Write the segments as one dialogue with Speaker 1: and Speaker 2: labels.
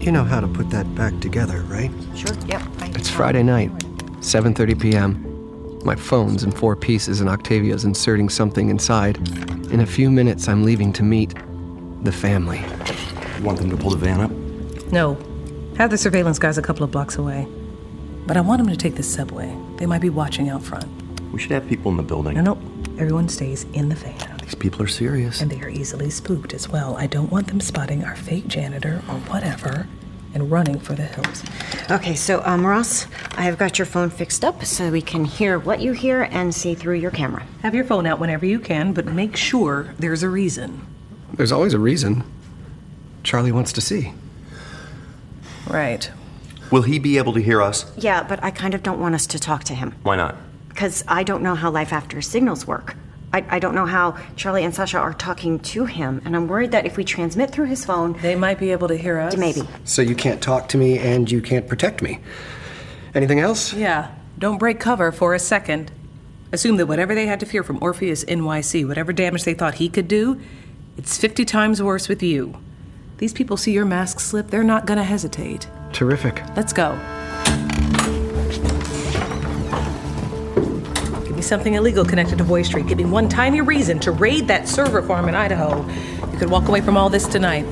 Speaker 1: You know how to put that back together, right?
Speaker 2: Sure, yep. I
Speaker 3: It's
Speaker 2: have
Speaker 3: Friday
Speaker 2: it.
Speaker 3: night, 7:30 p.m. My phone's in four pieces and Octavia's inserting something inside. In a few minutes I'm leaving to meet the family.
Speaker 4: Want them to pull the van up?
Speaker 5: No. Have the surveillance guys a couple of blocks away. But I want them to take the subway. They might be watching out front.
Speaker 4: We should have people in the building.
Speaker 5: No, no. Everyone stays in the van.
Speaker 4: These people are serious.
Speaker 5: And they are easily spooked as well. I don't want them spotting our fake janitor or whatever and running for the hills.
Speaker 2: Okay, so um, Ross, I have got your phone fixed up so we can hear what you hear and see through your camera.
Speaker 5: Have your phone out whenever you can, but make sure there's a reason.
Speaker 3: There's always a reason. Charlie wants to see.
Speaker 5: Right.
Speaker 4: Will he be able to hear us?
Speaker 2: Yeah, but I kind of don't want us to talk to him
Speaker 4: Why not?
Speaker 2: because I don't know how life after signals work. I, I don't know how Charlie and Sasha are talking to him, and I'm worried that if we transmit through his phone,
Speaker 5: They might be able to hear us.
Speaker 2: maybe.
Speaker 3: So you can't talk to me and you can't protect me. Anything else?
Speaker 5: Yeah. Don't break cover for a second. Assume that whatever they had to fear from Orpheus NYC, whatever damage they thought he could do, it's 50 times worse with you. These people see your mask slip, they're not gonna hesitate.
Speaker 3: Terrific.
Speaker 5: Let's go. Give me something illegal connected to Voice Street. Give me one tiny reason to raid that server farm in Idaho. You could walk away from all this tonight.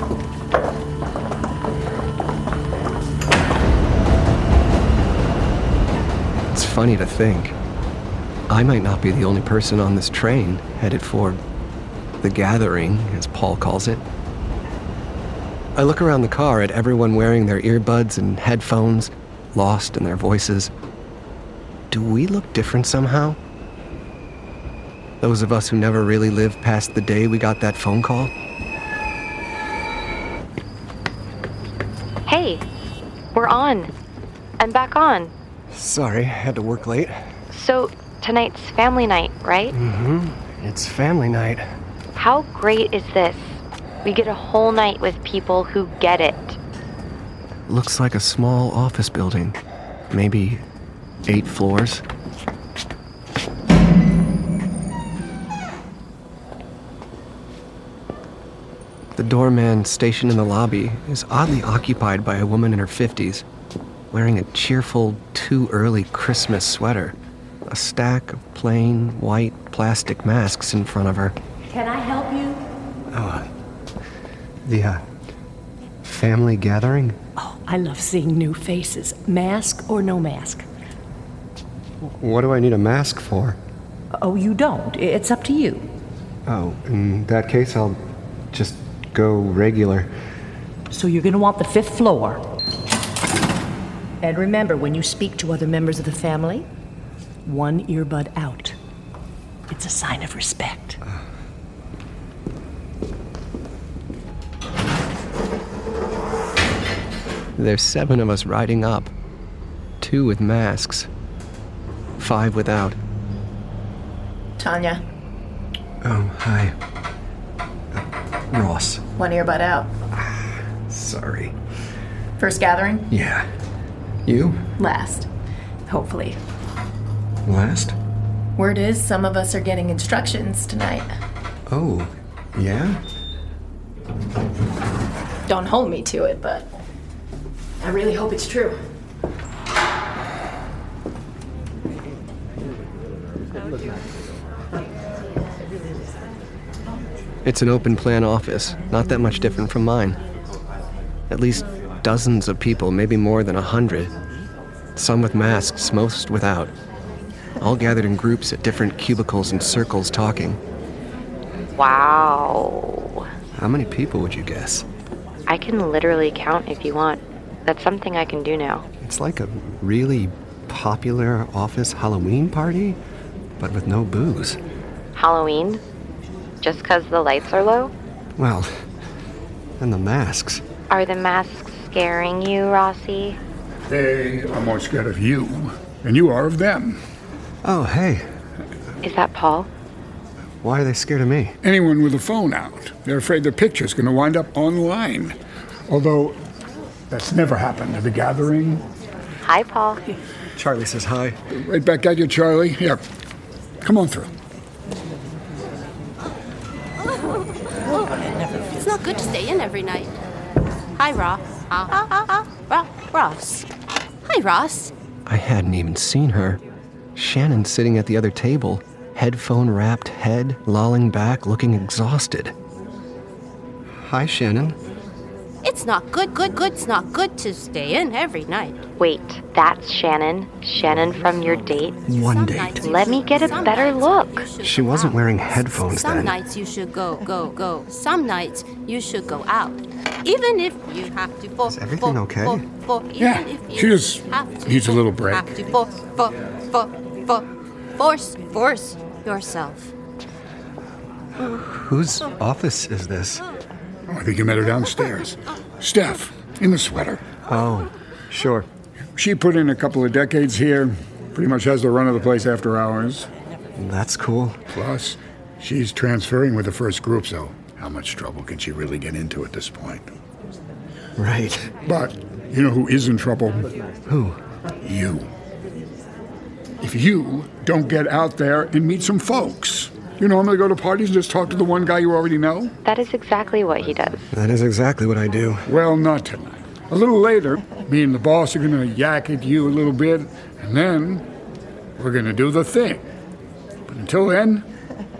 Speaker 3: It's funny to think. I might not be the only person on this train headed for the gathering, as Paul calls it. I look around the car at everyone wearing their earbuds and headphones, lost in their voices. Do we look different somehow? Those of us who never really lived past the day we got that phone call?
Speaker 6: Hey, we're on. I'm back on.
Speaker 3: Sorry, had to work late.
Speaker 6: So, tonight's family night, right?
Speaker 3: It's family night.
Speaker 6: How great is this? We get a whole night with people who get it.
Speaker 3: Looks like a small office building, maybe eight floors. The doorman stationed in the lobby is oddly occupied by a woman in her 50s, wearing a cheerful, too early Christmas sweater, a stack of plain, white plastic masks in front of her. Oh, uh,
Speaker 7: Can I help you?
Speaker 3: The uh, family gathering?
Speaker 7: I love seeing new faces, mask or no mask.
Speaker 3: What do I need a mask for?
Speaker 7: Oh, you don't. It's up to you.
Speaker 3: Oh, in that case, I'll just go regular.
Speaker 7: So you're going to want the fifth floor. And remember, when you speak to other members of the family, one earbud out. It's a sign of respect.
Speaker 3: There's seven of us riding up. Two with masks, five without.
Speaker 8: Tanya,
Speaker 3: Oh,
Speaker 1: Um, hi. Uh, Ross.
Speaker 8: one earbud out.
Speaker 1: Sorry.
Speaker 8: First gathering,
Speaker 1: Yeah. You?
Speaker 8: last. Hopefully.
Speaker 1: Last?
Speaker 8: Word is some of us are getting instructions tonight.
Speaker 1: Oh, yeah?
Speaker 8: Don't hold me to it, but I really hope it's true.
Speaker 3: It's an open plan office, not that much different from mine. At least dozens of people, maybe more than a hundred. Some with masks, most without. All gathered in groups at different cubicles and circles talking.
Speaker 6: Wow.
Speaker 3: How many people would you guess?
Speaker 6: I can literally count if you want. That's something I can do now.
Speaker 3: It's like a really popular office Halloween party, but with no booze.
Speaker 6: Halloween? Just 'cause the lights are low?
Speaker 3: Well, and the masks.
Speaker 6: Are the masks scaring you, Rossi?
Speaker 9: They are more scared of you, and you are of them.
Speaker 3: Oh, hey,
Speaker 6: Is that Paul?
Speaker 3: why are they scared of me?
Speaker 9: Anyone with a phone out, they're afraid their picture's going to wind up online. Although that's never happened to the gathering.
Speaker 6: Hi, Paul.
Speaker 3: Charlie says hi.
Speaker 9: Right back at you, Charlie. Here, come on through.
Speaker 10: It's not good to stay in every night. Hi, Ross. Ah, ah, ah, ah. Ro- Ross. Hi, Ross.
Speaker 3: I hadn't even seen her. Shannon sitting at the other table, headphone wrapped head, lolling back, looking exhausted. Hi, Shannon.
Speaker 10: It's not good, good, good. It's not good to stay in every night.
Speaker 6: Wait, that's Shannon. Shannon from your date.
Speaker 3: One
Speaker 10: nights
Speaker 3: date.
Speaker 10: you
Speaker 6: Let
Speaker 10: should-
Speaker 6: me get a
Speaker 10: some
Speaker 6: better
Speaker 10: nights
Speaker 6: look.
Speaker 10: you should
Speaker 3: She
Speaker 10: go
Speaker 3: wasn't
Speaker 10: out.
Speaker 3: wearing headphones
Speaker 10: Some
Speaker 3: then.
Speaker 10: nights you should go, go, go. Some nights you should go out. Even if you have to for, Is
Speaker 1: everything okay?
Speaker 9: Yeah, she just needs a little break.
Speaker 10: Have to for, for, for, for, force, force yourself.
Speaker 1: Whose office is this?
Speaker 9: Oh, I think you met her downstairs. Steph, in the sweater.
Speaker 1: Oh, sure.
Speaker 9: She put in a couple of decades here, pretty much has the run of the place after hours.
Speaker 1: That's cool.
Speaker 9: Plus, she's transferring with the first group, so how much trouble can she really get into at this point?
Speaker 1: Right.
Speaker 9: But you know who is in trouble?
Speaker 1: Who?
Speaker 9: You. If you don't get out there and meet some folks, you normally go to parties and just talk to the one guy you already know?
Speaker 6: That is exactly what he does.
Speaker 1: That is exactly what I do.
Speaker 9: Well, not tonight. A little later, me and the boss are gonna yak at you a little bit, and then we're gonna do the thing. But until then,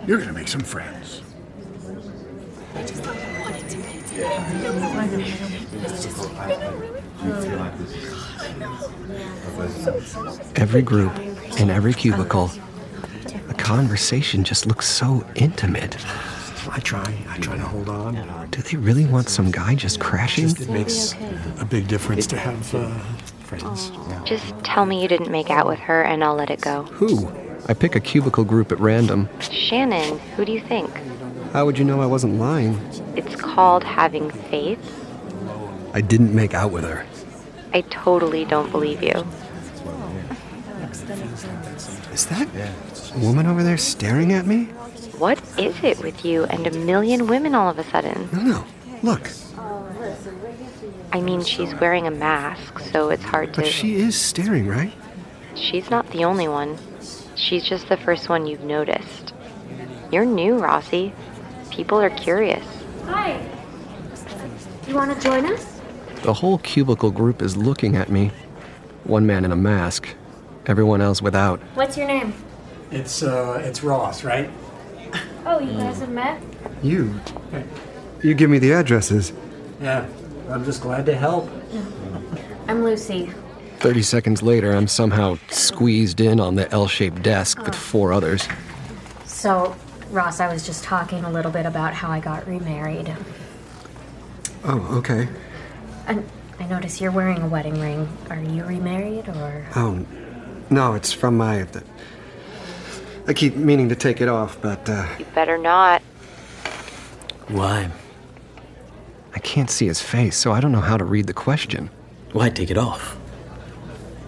Speaker 9: you're gonna make some friends.
Speaker 3: Every group, in every cubicle, the conversation just looks so intimate.
Speaker 1: I try. I try to hold on.
Speaker 3: Do they really want some guy just crashing?
Speaker 1: It makes a big difference to have uh, friends.
Speaker 6: Just tell me you didn't make out with her and I'll let it go.
Speaker 3: Who? I pick a cubicle group at random.
Speaker 6: Shannon, who do you think?
Speaker 3: How would you know I wasn't lying?
Speaker 6: It's called having faith.
Speaker 1: I didn't make out with her.
Speaker 6: I totally don't believe you.
Speaker 1: Is that woman over there staring at me?
Speaker 6: What is it with you and a million women all of a sudden?
Speaker 1: No, no. Look,
Speaker 6: I mean, she's wearing a mask, so it's hard to.
Speaker 1: but she is staring, right?
Speaker 6: She's not the only one. She's just the first one you've noticed. You're new, Rossi. People are curious.
Speaker 11: Hi. You want to join us?
Speaker 3: The whole cubicle group is looking at me. One man in a mask, everyone else without.
Speaker 11: What's your name?
Speaker 12: It's uh, it's Ross, right?
Speaker 11: Oh, you guys have met?
Speaker 1: You. You give me the addresses.
Speaker 12: Yeah. I'm just glad to help.
Speaker 11: I'm Lucy.
Speaker 3: 30 seconds later, I'm somehow squeezed in on the L shaped desk with four others.
Speaker 11: So, Ross, I was just talking a little bit about how I got remarried.
Speaker 1: Oh, okay.
Speaker 11: And I notice you're wearing a wedding ring. Are you remarried or?
Speaker 1: Oh, no, it's from my. I keep meaning to take it off, but uh,
Speaker 6: You better not.
Speaker 12: Why?
Speaker 3: I can't see his face, so I don't know how to read the question.
Speaker 12: Why take it off?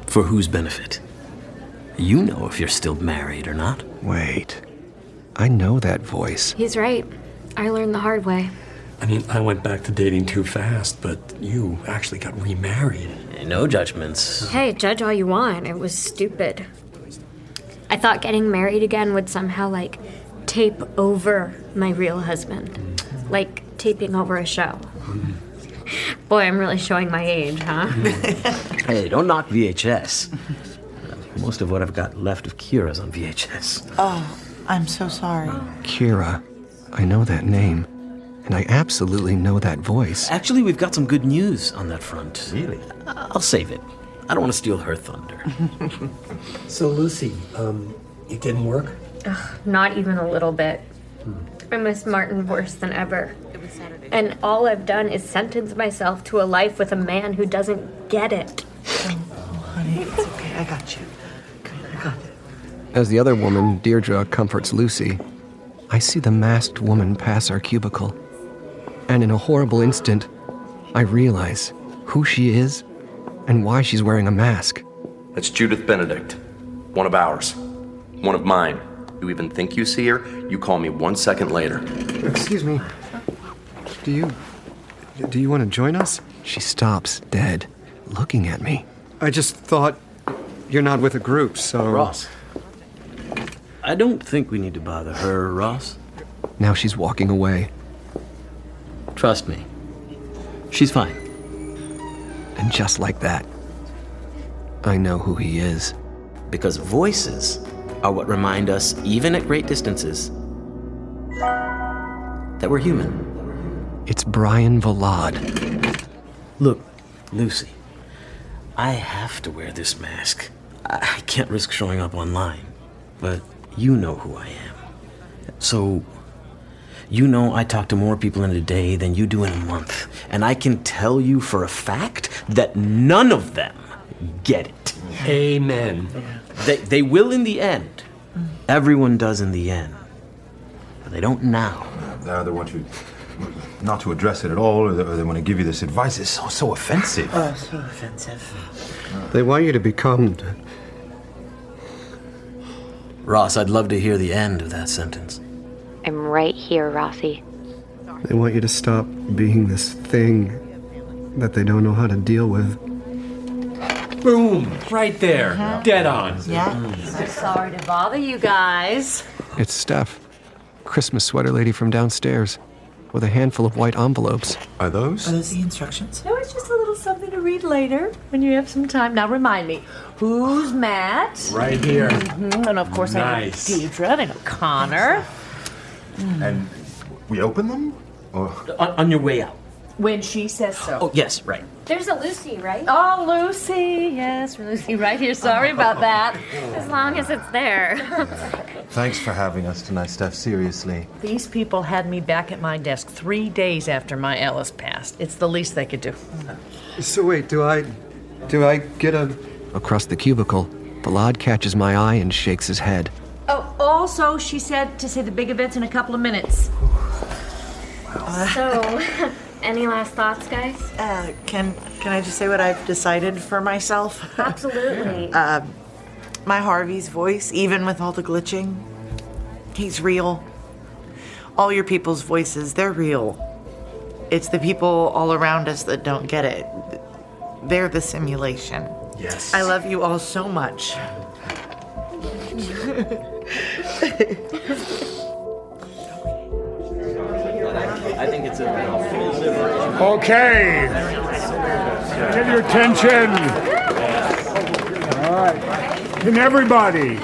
Speaker 12: For whose benefit? You know if you're still married or not.
Speaker 3: Wait. I know that voice.
Speaker 11: He's right. I learned the hard way.
Speaker 13: I mean, I went back to dating too fast, but you actually got remarried.
Speaker 12: No judgments.
Speaker 11: Hey, judge all you want. It was stupid. I thought getting married again would somehow, like, tape over my real husband. Like taping over a show. Boy, I'm really showing my age, huh?
Speaker 14: Hey, don't knock VHS. Most of what I've got left of Kira's on VHS.
Speaker 15: Oh, I'm so sorry.
Speaker 3: Kira. I know that name. And I absolutely know that voice.
Speaker 14: Actually, we've got some good news on that front. Really? I'll save it. I don't want to steal her thunder.
Speaker 13: So, Lucy, um, it didn't work?
Speaker 11: Ugh, not even a little bit. I miss Martin worse than ever. And all I've done is sentence myself to a life with a man who doesn't get it.
Speaker 15: Honey, it's okay. I got you.
Speaker 3: As the other woman, Deirdre, comforts Lucy, I see the masked woman pass our cubicle. And in a horrible instant, I realize who she is and why she's wearing a mask.
Speaker 4: That's Judith Benedict. One of ours. One of mine. You even think you see her? You call me one second later.
Speaker 1: excuse me. Do you do you want to join us?
Speaker 3: She stops dead, looking at me.
Speaker 1: I just thought you're not with a group, so
Speaker 16: Oh.
Speaker 14: Ross. I don't think we need to bother her, Ross.
Speaker 3: Now she's walking away.
Speaker 14: Trust me. She's fine.
Speaker 3: And just like that, I know who he is.
Speaker 12: Because voices are what remind us, even at great distances, that we're human.
Speaker 3: It's Brian Vallad.
Speaker 12: Look, Lucy, I have to wear this mask. I I can't risk showing up online, but you know who I am. So, you know I talk to more people in a day than you do in a month, and I can tell you for a fact that none of them get it. Amen. They, they will in the end. Everyone does in the end. But they don't now.
Speaker 17: They either want you not to address it at all, or they, or they want to give you this advice. It's so so offensive.
Speaker 15: Oh, so offensive.
Speaker 1: They want you to become.
Speaker 12: Ross, I'd love to hear the end of that sentence.
Speaker 6: I'm right here, Rossi.
Speaker 1: They want you to stop being this thing that they don't know how to deal with.
Speaker 13: Boom! Right there.
Speaker 12: Uh-huh.
Speaker 13: Dead on.
Speaker 11: I'm sorry to bother you guys.
Speaker 3: It's Steph, Christmas sweater lady from downstairs, with a handful of white envelopes.
Speaker 17: Are those?
Speaker 15: Are those the instructions?
Speaker 11: No, it's just a little something to read later when you have some time. Now remind me, who's Matt?
Speaker 13: Right here.
Speaker 11: Mhm, And of course
Speaker 13: Nice.
Speaker 11: I know Deidre and I know Connor.
Speaker 17: And we open them? Or?
Speaker 12: On, on your way out.
Speaker 11: When she says so.
Speaker 12: Oh, yes, right.
Speaker 11: There's a Lucy, right? Oh, Lucy. Yes, Lucy right here. Sorry about that. Oh. As long as it's there.
Speaker 17: Thanks for having us tonight, Steph. Seriously.
Speaker 7: These people had me back at my desk three days after my Ellis passed. It's the least they could do.
Speaker 1: So wait, do I, do I get a?
Speaker 3: Across the cubicle, Vallad catches my eye and shakes his head.
Speaker 11: oh, also, she said to say the big events in a couple of minutes.
Speaker 15: So,
Speaker 11: any last thoughts, guys?
Speaker 15: Uh, can can I just say what I've decided for myself?
Speaker 11: Absolutely.
Speaker 15: uh, my Harvey's voice,
Speaker 2: e-
Speaker 15: even with all the glitching, he's real. All your people's voices, they're real. It's the people all around us that don't get it. They're the simulation.
Speaker 13: Yes.
Speaker 15: I love you all so much.
Speaker 12: I think it's a.
Speaker 9: Okay. Get your attention. All right. Can everybody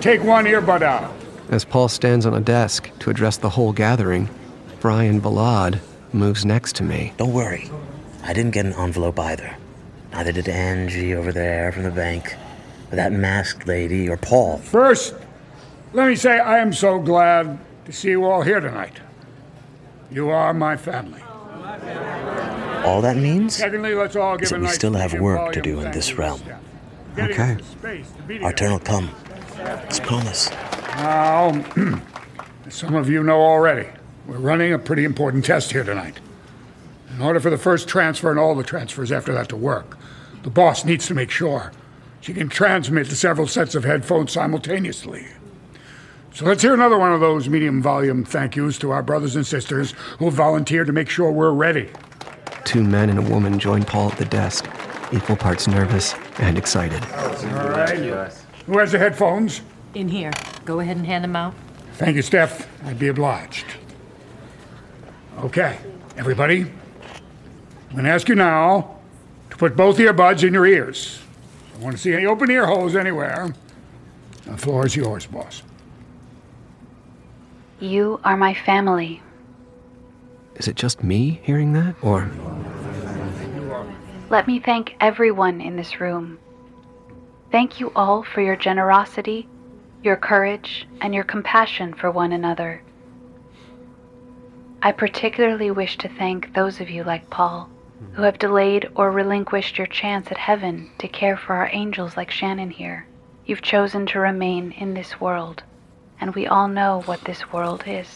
Speaker 9: take one earbud out?
Speaker 3: As Paul stands on a desk to address the whole gathering, Brian Vallad moves next to me.
Speaker 12: Don't worry. I didn't get an envelope either. Neither did Angie over there from the bank, or that masked lady, or Paul.
Speaker 9: First, let me say I am so glad to see you all here tonight. You are my family.
Speaker 12: All that means
Speaker 9: Secondly, let's all
Speaker 12: is
Speaker 9: give a
Speaker 12: that we
Speaker 9: nice
Speaker 12: still have
Speaker 9: medium
Speaker 12: work to
Speaker 9: volume
Speaker 12: do in
Speaker 9: thank
Speaker 12: this
Speaker 9: you.
Speaker 12: realm.
Speaker 9: Getting
Speaker 12: Okay.
Speaker 9: the space to be
Speaker 12: Our turn will come. It's promise.
Speaker 9: Now, as some of you know already, we're running a pretty important test here tonight. In order for the first transfer and all the transfers after that to work, the boss needs to make sure she can transmit to several sets of headphones simultaneously. So let's hear another one of those medium volume thank yous to our brothers and sisters who volunteered to make sure we're ready.
Speaker 3: Two men and a woman join Paul at the desk, equal parts nervous and excited.
Speaker 9: All right. Who has the headphones?
Speaker 7: In here. Go ahead and hand them out.
Speaker 9: Thank you, Steph. I'd be obliged. Okay, everybody. I'm going to ask you now to put both earbuds in your ears. I don't want to see any open ear holes anywhere. The floor is yours, boss.
Speaker 16: You are my family.
Speaker 3: Is it just me hearing that? Or
Speaker 16: Let me thank everyone in this room. Thank you all for your generosity, your courage, and your compassion for one another. I particularly wish to thank those of you like Paul who have delayed or relinquished your chance at heaven to care for our angels like Shannon here. You've chosen to remain in this world, and we all know what this world is.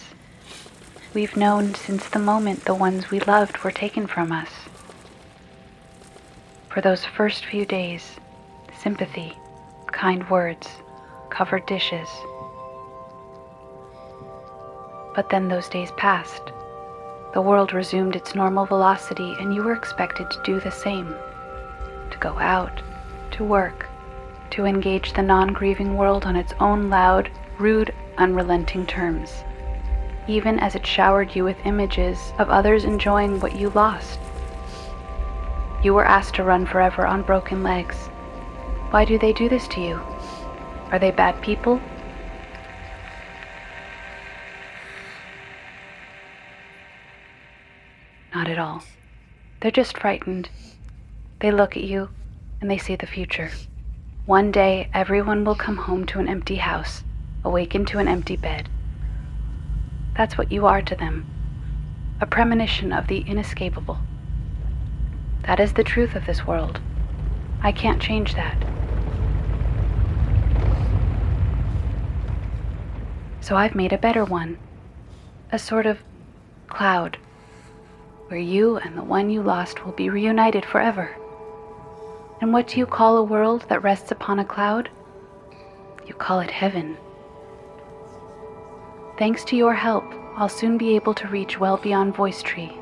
Speaker 16: We've known since the moment the ones we loved were taken from us. For those first few days, sympathy, kind words, covered dishes. But then those days passed. The world resumed its normal velocity, and you were expected to do the same to go out, to work, to engage the non grieving world on its own loud, rude, unrelenting terms, even as it showered you with images of others enjoying what you lost. You were asked to run forever on broken legs. Why do they do this to you? Are they bad people? Not at all. They're just frightened. They look at you and they see the future. One day, everyone will come home to an empty house, awaken to an empty bed. That's what you are to them a premonition of the inescapable. That is the truth of this world. I can't change that. So I've made a better one a sort of cloud where you and the one you lost will be reunited forever. And what do you call a world that rests upon a cloud? You call it heaven. Thanks to your help, I'll soon be able to reach well beyond VoiceTree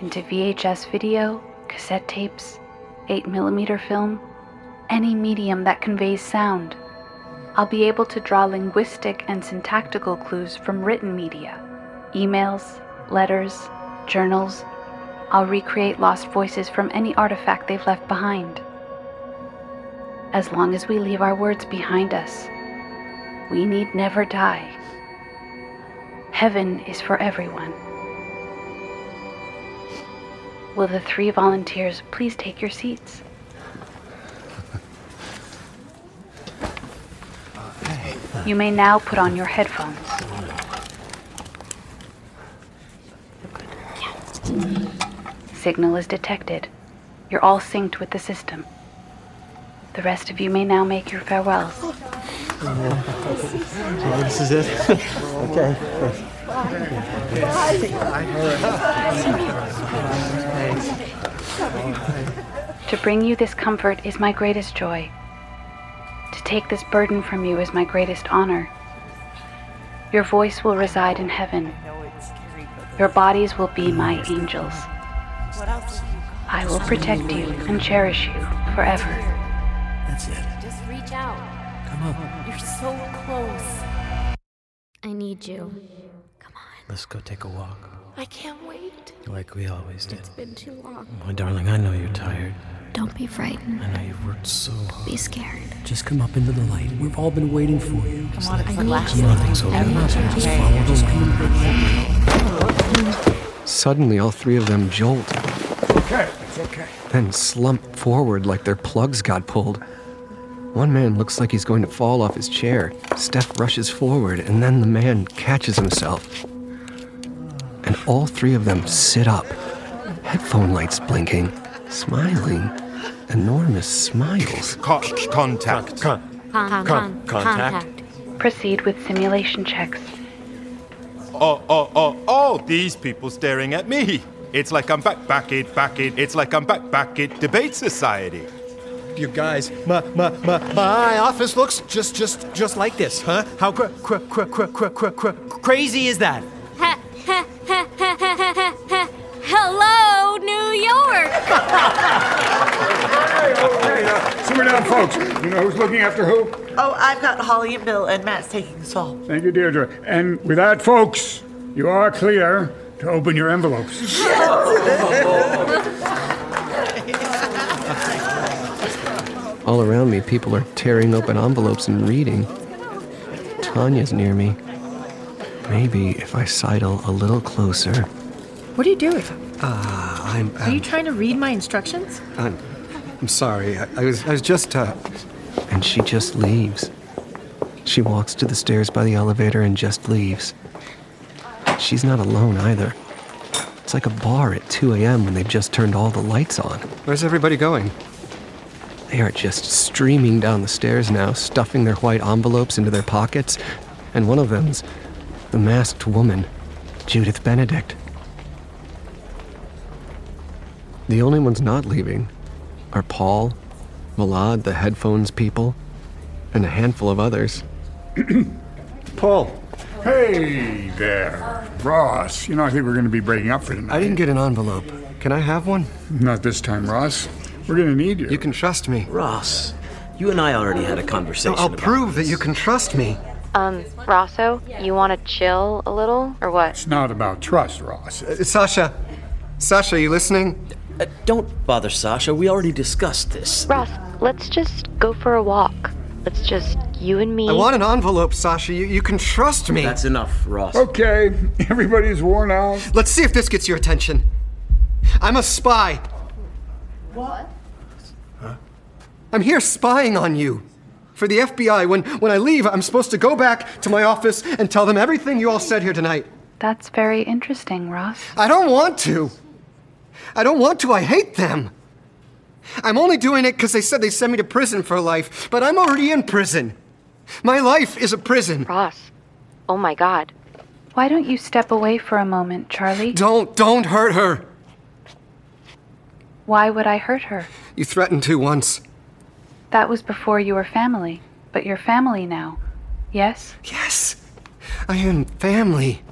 Speaker 16: into VHS video, cassette tapes, 8mm film, any medium that conveys sound. I'll be able to draw linguistic and syntactical clues from written media, emails, letters, journals. I'll recreate lost voices from any artifact they've left behind. As long as we leave our words behind us, we need never die. Heaven is for everyone. Will the three volunteers please take your seats? You may now put on your headphones. Signal is detected. You're all synced with the system. The rest of you may now make your farewells.
Speaker 18: this is it? okay.
Speaker 16: To bring you this comfort is my greatest joy. To take this burden from you is my greatest honor. Your voice will reside in heaven. Your bodies will be my angels. I will protect you and cherish you forever.
Speaker 18: That's it.
Speaker 10: Just reach out.
Speaker 18: Come up.
Speaker 10: You're so close.
Speaker 11: I need you.
Speaker 12: Let's go take a walk,
Speaker 10: I can't wait.
Speaker 12: like we always did.
Speaker 11: Been too long.
Speaker 12: My darling, I know you're tired.
Speaker 11: Don't be frightened.
Speaker 12: I know you've worked so hard.
Speaker 11: Be scared.
Speaker 18: Just come up into the light. We've all been waiting for you. Come
Speaker 10: on, it's the last
Speaker 18: Nothing's
Speaker 10: one.
Speaker 18: over.
Speaker 10: I need you.
Speaker 18: Just
Speaker 10: Okay.
Speaker 18: follow the light.
Speaker 3: Suddenly, all three of them jolt,
Speaker 9: Okay, it's okay.
Speaker 3: then slump forward like their plugs got pulled. One man looks like he's going to fall off his chair. Steph rushes forward, and then the man catches himself. And all three of them sit up, headphone lights blinking, smiling, enormous smiles.
Speaker 17: contact.
Speaker 11: Con-
Speaker 17: Con- contact.
Speaker 16: Proceed with simulation checks.
Speaker 19: Oh, oh, oh, oh, these people staring at me. It's like I'm back, back it, back it. It's like I'm back, back it. Debate society.
Speaker 18: You guys, my, my, my, my office looks just, just, just like this, huh? How cr- cr- cr- cr- cr- cr- cr- crazy is that?
Speaker 10: Ha, ha, ha, ha, ha, ha, ha, ha.
Speaker 6: Oh,
Speaker 10: Hello, New York!
Speaker 9: Simmer down, folks. You know who's looking after who?
Speaker 15: Oh, I've got Holly and Bill, and Matt's taking Saul.
Speaker 9: Thank you, Deirdre. And with that, folks, you are clear to open your envelopes.
Speaker 3: All around me, people are tearing open envelopes and reading. Tanya's near me. Maybe if I sidle a little closer.
Speaker 8: What are you doing?
Speaker 1: Ah, I'm.
Speaker 8: Are you trying to read my instructions?
Speaker 1: I'm, I'm sorry. I, I was. I was just. Uh,
Speaker 3: And she just leaves. She walks to the stairs by the elevator and just leaves. She's not alone either. It's like a bar at 2 a.m. when they've just turned all the lights on.
Speaker 1: where's everybody going?
Speaker 3: They are just streaming down the stairs now, stuffing their white envelopes into their pockets, and one of them's the masked woman, Judith Benedict. The only ones not leaving are Paul, Milad, the headphones people, and a handful of others.
Speaker 9: Paul. Hey there, Ross. You know, I think we're going to be breaking up for tonight. I didn't
Speaker 1: get an envelope. Can I have one?
Speaker 9: Not this time, Ross. We're going to need you. You
Speaker 1: can trust me.
Speaker 12: Ross, you and I already had a conversation.
Speaker 1: I'll
Speaker 12: about
Speaker 1: prove that you can trust me.
Speaker 6: Um, Rosso, you want to chill a little, or what?
Speaker 9: It's not about trust, Ross.
Speaker 1: Sasha, Sasha, you listening?
Speaker 12: Uh, don't bother Sasha, we already discussed this.
Speaker 6: Ross, let's just go for a walk. Let's just you and me.
Speaker 1: I want an envelope, Sasha. You, you can trust me.
Speaker 12: That's enough, Ross.
Speaker 9: Okay, everybody's worn out.
Speaker 1: Let's see if this gets your attention. I'm a spy.
Speaker 8: What?
Speaker 1: I'm here spying on you. For the FBI, when, when I leave, I'm supposed to go back to my office and tell them everything you all said here tonight.
Speaker 16: That's very interesting, Ross.
Speaker 1: I don't want to. I don't want to. I hate them. I'm only doing it because they said they sent me to prison for life, but I'm already in prison. My life is a prison.
Speaker 6: Ross, oh my god.
Speaker 16: Why don't you step away for a moment, Charlie?
Speaker 1: Don't, don't hurt her.
Speaker 16: Why would I hurt her?
Speaker 1: You threatened to once.
Speaker 16: That was before you were family, but you're family now. Yes?
Speaker 1: Yes. I am family.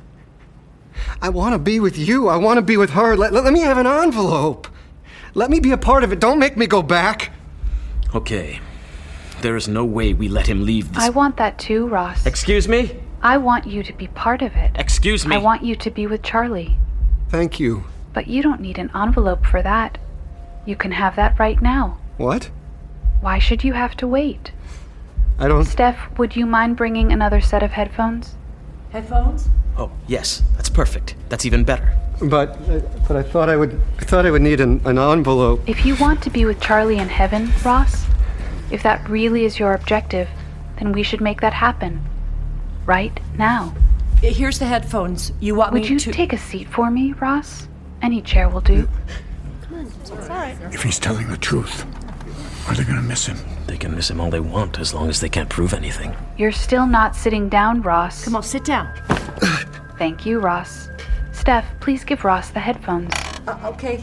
Speaker 1: I want to be with you. I want to be with her. Let, let, let me have an envelope. Let me be a part of it. Don't make me go back.
Speaker 12: Okay. There is no way we let him leave this.
Speaker 16: I want that too, Ross.
Speaker 12: Excuse me?
Speaker 16: I want you to be part of it.
Speaker 12: Excuse me?
Speaker 16: I want you to be with Charlie.
Speaker 1: Thank you.
Speaker 16: But you don't need an envelope for that. You can have that right now.
Speaker 1: What?
Speaker 16: Why should you have to wait?
Speaker 1: I don't.
Speaker 16: Steph, would you mind bringing another set of headphones?
Speaker 8: Headphones?
Speaker 12: Oh, yes. That's perfect. That's even better.
Speaker 1: But but I thought I would I thought I would need an, an envelope.
Speaker 16: If you want to be with Charlie in heaven, Ross, if that really is your objective, then we should make that happen. Right now.
Speaker 8: Here's the headphones. You want
Speaker 16: Would
Speaker 8: me
Speaker 16: you
Speaker 8: to
Speaker 16: take a seat for me, Ross? Any chair will do.
Speaker 9: If he's telling the truth, are they gonna miss him?
Speaker 12: They can miss him all they want as long as they can't prove anything.
Speaker 16: You're still not sitting down, Ross. Come
Speaker 8: on, sit down.
Speaker 16: Thank you, Ross. Steph, please give Ross the headphones.
Speaker 8: Uh, okay.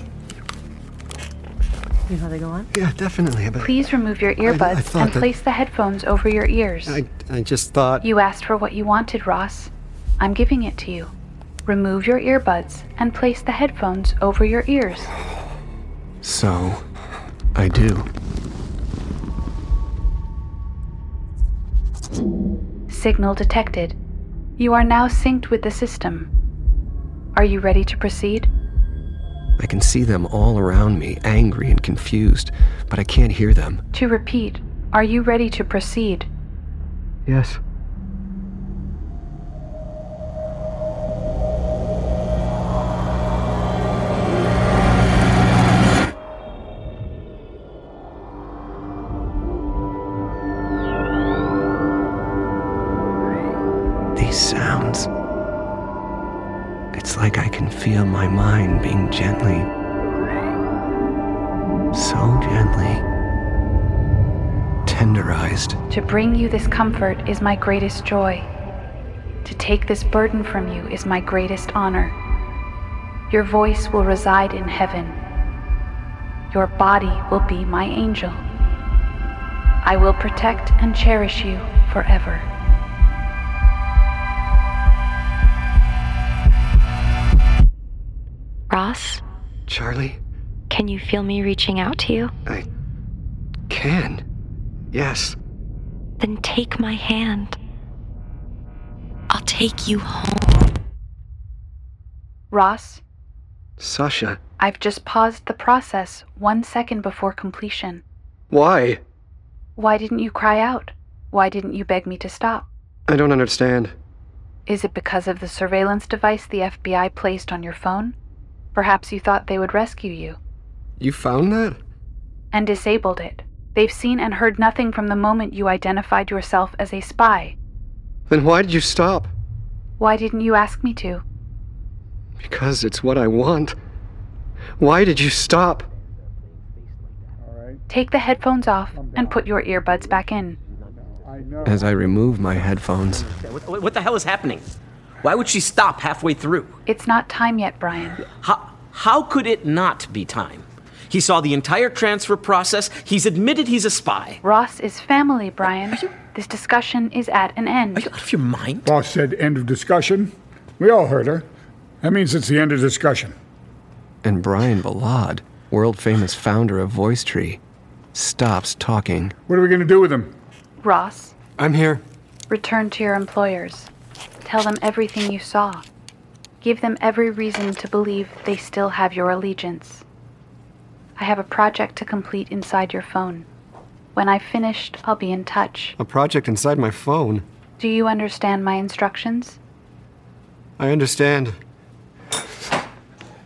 Speaker 7: You know how they go on?
Speaker 1: Yeah, definitely. But
Speaker 16: Please remove your
Speaker 1: I- I
Speaker 16: earbuds
Speaker 1: thought
Speaker 16: and
Speaker 1: that-
Speaker 16: place the headphones over your ears.
Speaker 1: I I just thought.
Speaker 16: You asked for what you wanted, Ross. I'm giving it to you. Remove your earbuds and place the headphones over your ears.
Speaker 3: So, I do.
Speaker 16: Signal detected. You are now synced with the system. Are you ready to proceed?
Speaker 3: I can see them all around me, angry and confused, but I can't hear them.
Speaker 16: To repeat, are you ready to proceed?
Speaker 3: Yes. These sounds. It's like I can feel my mind being gently, so gently, tenderized.
Speaker 16: To bring you this comfort is my greatest joy. To take this burden from you is my greatest honor. Your voice will reside in heaven. Your body will be my angel. I will protect and cherish you forever.
Speaker 6: Ross,
Speaker 1: Charlie
Speaker 6: can you feel me reaching out to you?
Speaker 1: can. Yes.
Speaker 6: Then take my hand. I'll take you home.
Speaker 16: Ross,
Speaker 1: Sasha.
Speaker 16: I've just paused the process one second before completion.
Speaker 1: Why?
Speaker 16: Why didn't you cry out? Why didn't you beg me to stop?
Speaker 1: I don't understand.
Speaker 16: Is it because of the surveillance device the FBI placed on your phone? Perhaps you thought they would rescue you
Speaker 1: You found that?
Speaker 16: and disabled it. They've seen and heard nothing from the moment you identified yourself as a spy.
Speaker 1: Then why did you stop?
Speaker 16: Why didn't you ask me to?
Speaker 1: Because it's what I want. Why did you stop?
Speaker 16: Take the headphones off and put your earbuds back in.
Speaker 3: As I remove my headphones,
Speaker 12: What, what the hell is happening? Why would she stop halfway through?
Speaker 16: It's not time yet, Brian.
Speaker 12: How, how could it not be time? He saw the entire transfer process. He's admitted he's a spy.
Speaker 16: Ross is family, Brian. This discussion is at an end.
Speaker 12: Out of your mind?
Speaker 9: Boss said end of discussion. We all heard her. That means it's the end of discussion.
Speaker 3: and Brian Ballad, world famous founder of Voice Tree, stops talking.
Speaker 9: What are we gonna do with him?
Speaker 16: Ross,
Speaker 3: I'm here.
Speaker 16: return to your employers. Tell them everything you saw. Give them every reason to believe they still have your allegiance. I have a project to complete inside your phone. When I've finished, I'll be in touch.
Speaker 1: A project inside my phone.
Speaker 16: Do you understand my instructions?
Speaker 1: I understand.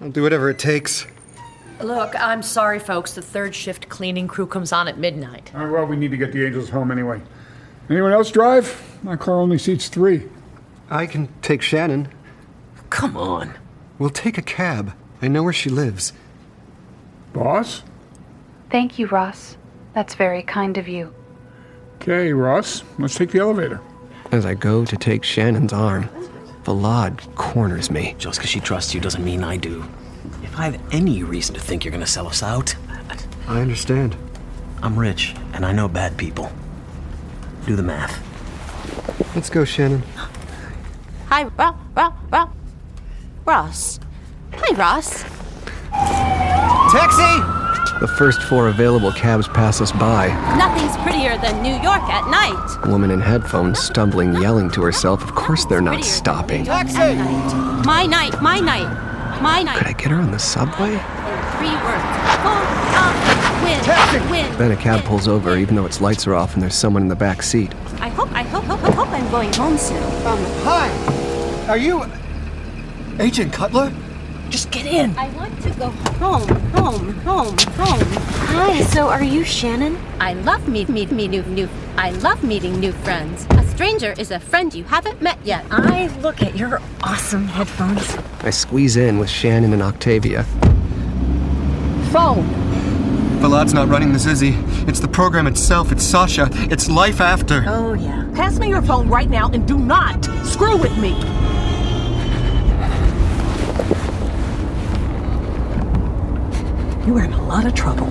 Speaker 1: I'll do whatever it takes.
Speaker 7: Look, I'm sorry, folks. The third shift cleaning crew comes on at midnight.
Speaker 9: All right, Uh, well, we need to get the Angels home anyway. Anyone else drive? My car only seats three.
Speaker 1: I can take Shannon.
Speaker 12: Come on.
Speaker 1: We'll take a cab. I know where she lives.
Speaker 9: Boss?
Speaker 16: Thank you, Ross. That's very kind of you.
Speaker 9: Okay, Ross, let's take the elevator.
Speaker 3: As I go to take Shannon's arm, Valad corners me.
Speaker 12: Just because she trusts you doesn't mean I do. If I have any reason to think you're going to sell us out,
Speaker 1: I understand.
Speaker 12: I'm rich and I know bad people. Do the math.
Speaker 1: Let's go, Shannon.
Speaker 10: Hi, Ro- Ro- Ro- Ross. Hi, Ross.
Speaker 1: Taxi!
Speaker 3: The first four available cabs pass us by.
Speaker 10: Nothing's prettier than New York at night.
Speaker 3: A woman in headphones, stumbling, yelling to herself. Of course, they're not stopping. Could
Speaker 10: At night. My night, my night, my night.
Speaker 3: I get her on the subway?
Speaker 10: Three words. Full of win, win.
Speaker 3: Then a cab pulls over, even though its lights are off and there's someone in the back seat.
Speaker 10: I hope, I hope, hope, hope, hope I'm going home soon.
Speaker 1: Um, hi. Are you. Agent Cutler?
Speaker 7: Just get in.
Speaker 10: I want to go home, home, home, home. Hi, so are you Shannon? I love meet, meet, meet new, new. I love meeting new friends. A stranger is a friend you haven't met yet. I look at your awesome headphones.
Speaker 3: I squeeze in with Shannon and Octavia.
Speaker 7: Phone.
Speaker 1: Valad's not running this, is he? It's the program itself, it's Sasha, it's life after.
Speaker 7: Oh, yeah. Pass me your phone right now and do not screw with me. You are in a lot of trouble.